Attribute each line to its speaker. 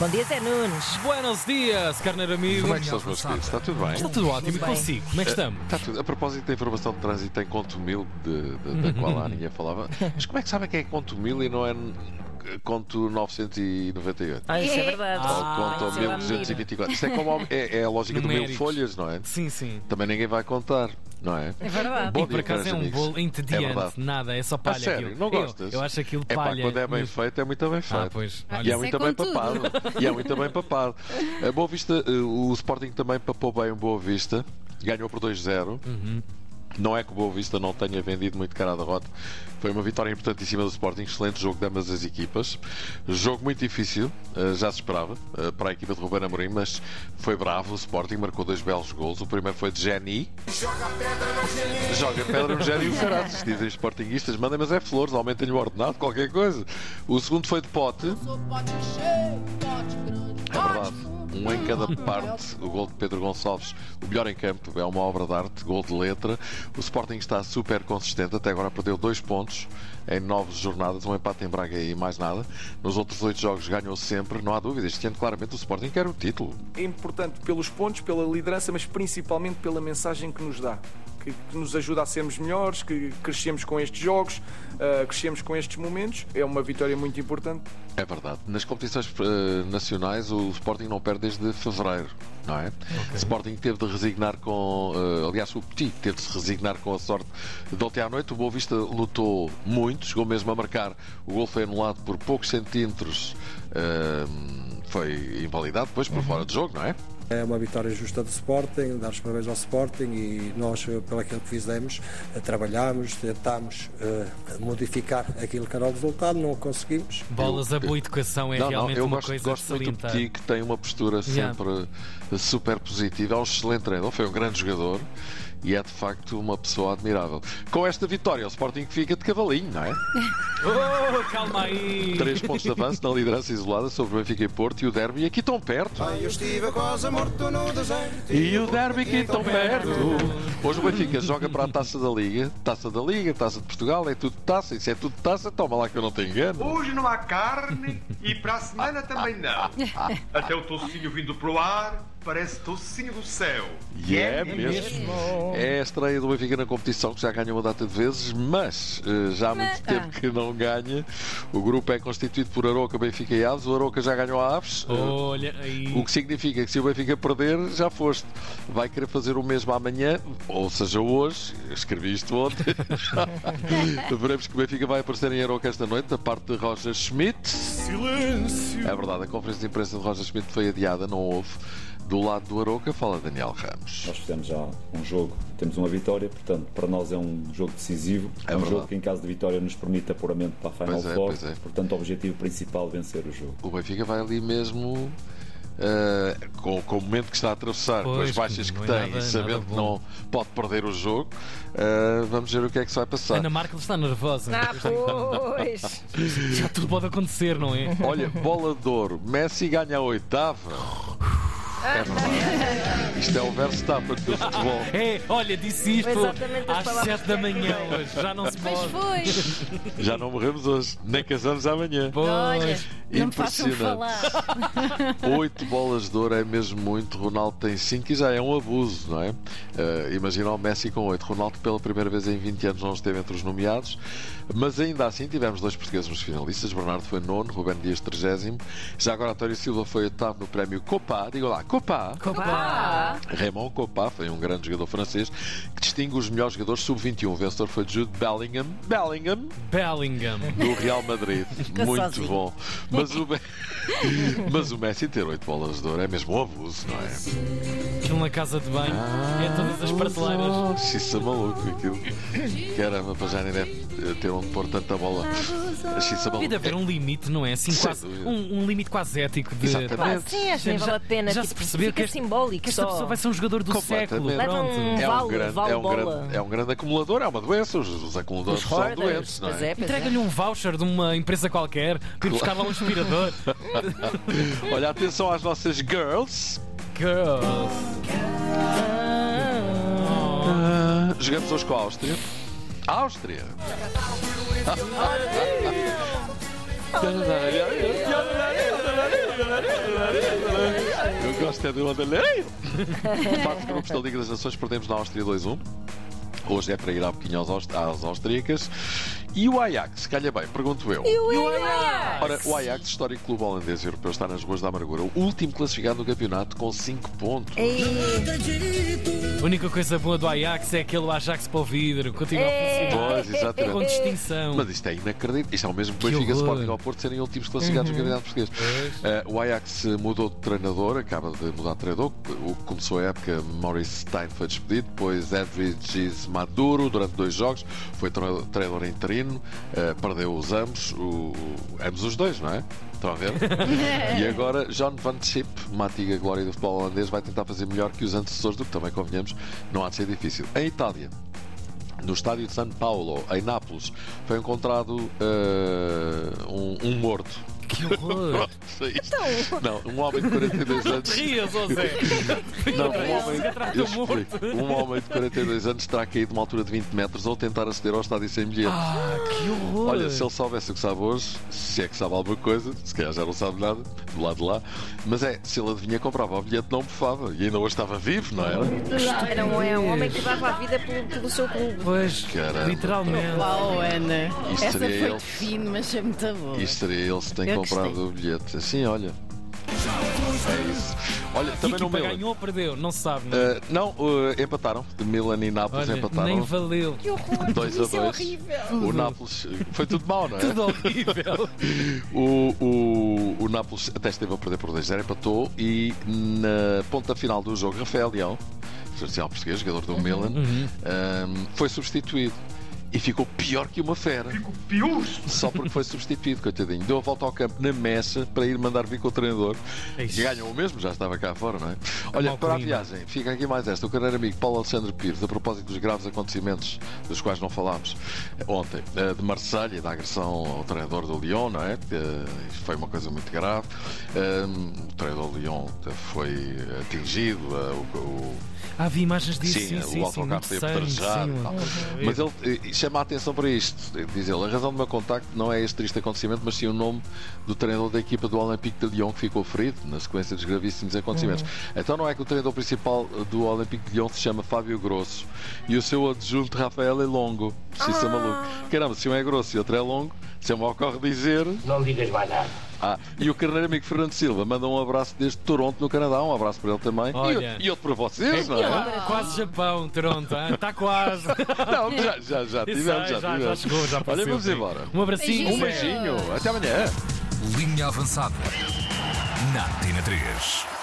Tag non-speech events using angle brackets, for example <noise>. Speaker 1: Bom dia, Zé Nunes.
Speaker 2: Buenos dias, carneiro amigo.
Speaker 3: Como é que estão os meus queridos? Está tudo bem?
Speaker 2: Está tudo ótimo e
Speaker 1: bem.
Speaker 2: consigo. Como é que estamos?
Speaker 3: Está tudo. A propósito da informação de trânsito em Contumil, de, de-
Speaker 2: Uhum.
Speaker 3: da qual a Aninha falava, mas como é que sabem que é Contumil e não é Conto 998?
Speaker 1: Ah, isso é verdade.
Speaker 3: Ou
Speaker 1: Ai,
Speaker 3: Conto
Speaker 1: isso eu admiro.
Speaker 3: 1224? Isso é como ao- é, é a lógica do mil
Speaker 2: Numéricos.
Speaker 3: folhas, não é?
Speaker 2: Sim, sim.
Speaker 3: Também ninguém vai contar, não é?
Speaker 1: É verdade.
Speaker 3: Bom
Speaker 2: e por
Speaker 3: dia,
Speaker 2: acaso
Speaker 3: caros
Speaker 2: é um
Speaker 3: amigos.
Speaker 2: bolo
Speaker 3: É
Speaker 2: entediante,
Speaker 3: verdade.
Speaker 2: nada, é só
Speaker 3: A
Speaker 2: palha
Speaker 3: sério,
Speaker 2: aquilo.
Speaker 3: não
Speaker 2: eu,
Speaker 3: gostas?
Speaker 2: Eu acho aquilo
Speaker 3: É pá,
Speaker 2: palha.
Speaker 3: quando é bem
Speaker 2: mas-
Speaker 3: feito, é muito bem feito.
Speaker 2: Ah, pois.
Speaker 3: E é
Speaker 2: Olha,
Speaker 4: isso é
Speaker 3: muito bem
Speaker 4: com tudo.
Speaker 3: papado. E é muito bem papado. A Boa Vista, eh, o Sporting também papou bem o Boa Vista. Ganhou por 2-0.
Speaker 2: Uhum.
Speaker 3: Não é que o Boa Vista não tenha vendido muito cara a derrota. Foi uma vitória importantíssima do Sporting. Excelente jogo de ambas as equipas. Jogo muito difícil, eh, já se esperava, eh, para a equipa de Ruben Amorim, mas foi bravo. O Sporting marcou dois belos gols. O primeiro foi de Jenny. Joga pedra no Génio e o Caraças, dizem os sportinguistas. Mandem, mas é flores, aumentem-lhe o ordenado, qualquer coisa. O segundo foi de pote. É verdade. Um em cada parte. O gol de Pedro Gonçalves, o melhor em campo, é uma obra de arte, gol de letra. O Sporting está super consistente, até agora perdeu dois pontos em nove jornadas, um empate em Braga e mais nada. Nos outros oito jogos ganhou sempre, não há dúvida. Este ano, claramente, o Sporting quer o título.
Speaker 5: é importante pelos pontos, pela liderança, mas principalmente pela mensagem que nos dá. Que, que nos ajuda a sermos melhores, que crescemos com estes jogos, ah, crescemos com estes momentos. É uma vitória muito importante.
Speaker 3: É verdade. Nas competições eh, nacionais, o Sporting não perde desde fevereiro, não é? O Sporting teve de resignar com. eh, aliás, o Petit teve de se resignar com a sorte de ontem à noite. O Boa Vista lutou muito, chegou mesmo a marcar. O gol foi anulado por poucos centímetros. eh, foi invalidado depois por fora de jogo, não é?
Speaker 6: É uma vitória justa do Sporting, dar os parabéns ao Sporting e nós, eh, pelo aquilo que fizemos, eh, trabalhámos, tentámos eh, modificar aquilo que era o resultado, não o conseguimos.
Speaker 2: Bolas, a boa educação é
Speaker 3: não, não,
Speaker 2: realmente
Speaker 3: eu
Speaker 2: uma
Speaker 3: gosto,
Speaker 2: coisa
Speaker 3: gosto muito do
Speaker 2: salientar.
Speaker 3: Petit, que tem uma postura
Speaker 2: Yeah.
Speaker 3: sempre eh, super positiva. É um excelente treinador, foi um grande jogador e é de facto uma pessoa admirável. Com esta vitória, o Sporting fica de cavalinho, não
Speaker 2: <laughs>
Speaker 3: é?
Speaker 2: Oh, calma aí.
Speaker 3: Três pontos de avanço na liderança isolada sobre o Benfica e Porto e o Derby aqui tão perto.
Speaker 7: Eu estive quase morto no deserto.
Speaker 3: E o Derby aqui tão perto. Hoje o Benfica joga para a Taça da Liga, Taça da Liga, Taça de Portugal, é tudo taça, isso é tudo taça, toma lá que eu não te engano.
Speaker 8: Hoje não há carne e para a semana também não. Até o tocinho vindo pro ar parece tocinho do céu.
Speaker 3: E é mesmo. É a estreia do Benfica na competição, que já ganhou uma data de vezes, mas eh, já há muito tempo que não ganha. O grupo é constituído por Aroca, Benfica e Aves. O Aroca já ganhou a Aves. eh,
Speaker 2: Olha aí.
Speaker 3: O que significa que se o Benfica perder, já foste. Vai querer fazer o mesmo amanhã, ou seja, hoje. Eu Escrevi isto ontem. Veremos que o Benfica vai aparecer em Aroca esta noite, da parte de Roger Schmidt.
Speaker 7: Silêncio.
Speaker 3: É verdade, a conferência de imprensa de Roger Schmidt foi adiada, não houve. Do lado do Aroca, fala Daniel Ramos.
Speaker 9: Nós fizemos já um jogo, temos uma vitória, portanto, para nós é um jogo decisivo.
Speaker 3: É
Speaker 9: um
Speaker 3: verdade.
Speaker 9: jogo que, em caso de vitória, nos permite apuramento para a Final
Speaker 3: Pois é,
Speaker 9: Four.
Speaker 3: pois é.
Speaker 9: Portanto, o objetivo principal é vencer o jogo.
Speaker 3: O Benfica vai ali mesmo. eh, com, com o momento que está a atravessar, com
Speaker 2: Pois,
Speaker 3: as baixas que
Speaker 2: não é
Speaker 3: tem,
Speaker 2: nada-
Speaker 3: e sabendo
Speaker 2: nada
Speaker 3: que
Speaker 2: bom.
Speaker 3: não pode perder o jogo, eh, vamos ver o que é que se vai passar.
Speaker 2: Ana Markel está nervosa.
Speaker 1: Ah, pois.
Speaker 2: Já tudo pode acontecer, não é?
Speaker 3: Olha, bola de ouro. Messi ganha a oitava. É verdade. Isto é o Verstappen do futebol.
Speaker 2: É, olha, disse isto
Speaker 1: Foi exatamente as
Speaker 2: às
Speaker 1: palavras
Speaker 2: 7 da
Speaker 1: que eu
Speaker 2: manhã
Speaker 1: queria.
Speaker 2: hoje. Já não se
Speaker 4: Pois
Speaker 2: pode.
Speaker 4: foi.
Speaker 3: Já não morremos hoje, nem casamos amanhã.
Speaker 4: Olha,
Speaker 2: Pois.
Speaker 4: não me façam falar.
Speaker 3: Impressionante. Oito bolas de ouro é mesmo muito. Ronaldo tem cinco e já é um abuso, não é? Eh, imagina o Messi com oito. Ronaldo, pela primeira vez em 20 anos, não esteve entre os nomeados, mas ainda assim tivemos dois portugueses nos finalistas. Bernardo foi nono, Rubén Dias, 30. Já agora, António Silva foi oitavo no prémio Copa. Digo lá, Copa.
Speaker 1: Ah,
Speaker 4: Pá.
Speaker 3: Raymond Copá foi um grande jogador francês que distingue os melhores jogadores sub-21. O vencedor foi Jude Bellingham, Bellingham
Speaker 2: Bellingham.
Speaker 3: do
Speaker 1: <laughs>
Speaker 3: Real Madrid. Muito
Speaker 1: sozinho.
Speaker 3: bom. Mas o, Be- <laughs> Mas o Messi ter 8 bolas de ouro é mesmo um abuso, não é?
Speaker 2: Aquilo na casa de banho. É todas as prateleiras.
Speaker 3: Nossa, Isso é maluco aquilo. Caramba, para já nem deve ter onde pôr tanta bola. Isso é
Speaker 2: Devia de
Speaker 3: maluco.
Speaker 2: haver um limite, não é? Assim,
Speaker 3: Sem
Speaker 2: quase,
Speaker 3: dúvida.
Speaker 2: um, um limite quase ético de.
Speaker 3: Exatamente.
Speaker 2: Pá,
Speaker 1: Pá, sim, acho que nem vale a pena.
Speaker 2: Já
Speaker 1: Tipo,
Speaker 2: se percebeu
Speaker 1: fica
Speaker 2: que este-
Speaker 1: simbólico
Speaker 2: que esta
Speaker 1: só.
Speaker 2: pessoa vai ser um jogador do
Speaker 3: Completamente.
Speaker 2: século.
Speaker 1: Leva
Speaker 2: Pronto.
Speaker 1: um-
Speaker 3: É um
Speaker 1: Vale,
Speaker 3: grande,
Speaker 1: vale
Speaker 3: é um
Speaker 1: bola.
Speaker 3: grande, é um grande acumulador, é uma doença. Os, os acumuladores são doentes,
Speaker 1: Hoarders.
Speaker 3: não é?
Speaker 1: Pois é, pois é.
Speaker 2: Entrega-lhe um voucher de uma empresa qualquer que lhe buscar lá um
Speaker 3: <laughs>
Speaker 2: inspirador.
Speaker 3: Olha, atenção às nossas girls.
Speaker 2: Girls.
Speaker 3: Ah, Jogamos hoje com a Áustria. Áustria! Eu gosto é do Adeleio. Fase de grupos da Liga das Nações, perdemos na Áustria 2-1. Hoje é para ir há pouquinho aos aust- às austríacas. E o Ajax, calha bem, pergunto eu.
Speaker 1: E o Ajax?
Speaker 3: Ora, o Ajax, histórico clube holandês e europeu, está nas ruas da amargura. O último classificado no campeonato com 5 pontos.
Speaker 1: Ei,
Speaker 2: A única coisa boa do Ajax é aquele Ajax para o vidro. Continua a
Speaker 1: Ei.
Speaker 2: funcionar
Speaker 3: Pois, exatamente.
Speaker 2: com distinção.
Speaker 3: Mas isto é inacreditável. Isto é o mesmo que
Speaker 2: Que
Speaker 3: Benfica
Speaker 2: horror.
Speaker 3: Sporting ao Porto serem últimos classificados no campeonato português. Eh, o Ajax eh, mudou de treinador, acaba de mudar de treinador. O que começou a época, Maurice Stein foi despedido, depois Edviges Maduro durante dois jogos, foi tre- treinador interino, eh, perdeu os ambos, o- o- ambos os dois, não é? Estão a ver? e agora John Van Schip, uma antiga glória do futebol holandês, vai tentar fazer melhor que os antecessores, do que também convenhamos, não há de ser difícil. Em Itália, no estádio de São Paulo, em Nápoles, foi encontrado eh, um, um morto.
Speaker 2: Que horror. Então.
Speaker 3: Não, um homem
Speaker 2: <laughs>
Speaker 3: de 42 anos.
Speaker 2: Rias, ó
Speaker 3: <laughs>
Speaker 2: Zé.
Speaker 3: Não, um homem,
Speaker 2: é Atrás
Speaker 3: eu
Speaker 2: do morto.
Speaker 3: explico. um homem de 42 anos terá caído de uma altura de 20 metros ou tentar aceder ao estádio sem bilhete.
Speaker 2: Ah, que horror.
Speaker 3: Olha, se ele soubesse o que sabe hoje, se é que sabe alguma coisa, se calhar já não sabe nada, do lado de lá, mas é, se ele adivinha, comprava o bilhete, não bufava. E ainda hoje estava vivo, não é? era?
Speaker 1: Era um, é um homem que dava a vida pelo, pelo seu clube.
Speaker 2: Pois,
Speaker 3: Caramba.
Speaker 2: literalmente.
Speaker 4: Uau, Ana.
Speaker 3: Isto
Speaker 4: Essa
Speaker 3: seria
Speaker 4: foi
Speaker 3: ele.
Speaker 4: de fino, mas é muito boa.
Speaker 3: Isto seria ele se tem
Speaker 4: Eu
Speaker 3: comprado
Speaker 4: gostei.
Speaker 3: o bilhete. Assim, olha. É isso. Olha,
Speaker 2: Que
Speaker 3: também não
Speaker 2: equipa
Speaker 3: me
Speaker 2: ganhou ou perdeu? Não se sabe, não é?
Speaker 3: Uh, não, uh, empataram. De Milan e Nápoles
Speaker 2: Olha, nem
Speaker 3: é, empataram. <laughs>
Speaker 2: valeu.
Speaker 3: 2 a 2. O Nápoles. Foi tudo mal, não é?
Speaker 2: Tudo horrível.
Speaker 3: O, o, o Nápoles até esteve a perder por 2-0, empatou e na ponta final do jogo, Rafael Leão, social português, jogador do Milan,
Speaker 2: Uhum.
Speaker 3: um, foi substituído. E ficou pior que uma fera,
Speaker 8: Fico pius.
Speaker 3: só porque foi substituído, coitadinho. Deu a volta ao campo na mecha para ir mandar vir com o treinador. E ganham o mesmo, já estava cá fora, não é? Olha,
Speaker 2: mau
Speaker 3: para a
Speaker 2: clima.
Speaker 3: viagem, fica aqui mais esta. O carreiro amigo Paulo Alexandre Pires, a propósito dos graves acontecimentos dos quais não falámos ontem, eh, de Marselha da agressão ao treinador do Lyon, não é? Eh, isto Foi uma coisa muito grave. Eh, O treinador do Lyon foi atingido, eh, o- o
Speaker 2: Ah, vi imagens disso.
Speaker 3: Sim,
Speaker 2: Sim, sim,
Speaker 3: o
Speaker 2: sim,
Speaker 3: autocarro
Speaker 2: muito
Speaker 3: foi
Speaker 2: sangue,
Speaker 3: apedrejado.
Speaker 2: sim.
Speaker 3: e tal. Mas ele eh, chama a atenção para isto. Eh, Diz ele: a razão do meu contacto não é este triste acontecimento, mas sim o nome do treinador da equipa do Olympique de Lyon que ficou ferido na sequência dos gravíssimos
Speaker 2: Uhum.
Speaker 3: acontecimentos. Então não é que o treinador principal eh, do Olympique de Lyon se chama Fábio Grosso e o seu adjunto Rafael é Longo. Preciso ser maluco. Caramba, se um é grosso e outro é longo, se me ocorre dizer.
Speaker 10: Não digas mais nada.
Speaker 3: Ah, e o carneiro amigo Fernando Silva manda um abraço desde Toronto, no Canadá. Um abraço para ele também. E-
Speaker 2: Olha.
Speaker 3: E, outro para vocês, não é?
Speaker 2: Ah, Quase Japão, Toronto. Está quase.
Speaker 3: Não, já, já, já
Speaker 2: Isso
Speaker 3: tivemos,
Speaker 2: aí, já,
Speaker 3: já,
Speaker 2: já
Speaker 3: tivemos.
Speaker 2: chegou, já
Speaker 3: Olha,
Speaker 2: apareceu,
Speaker 3: vamos
Speaker 2: sim.
Speaker 3: embora.
Speaker 2: Um abracinho.
Speaker 3: Um beijinho, até amanhã.
Speaker 11: Linha avançada. Na Tina 3.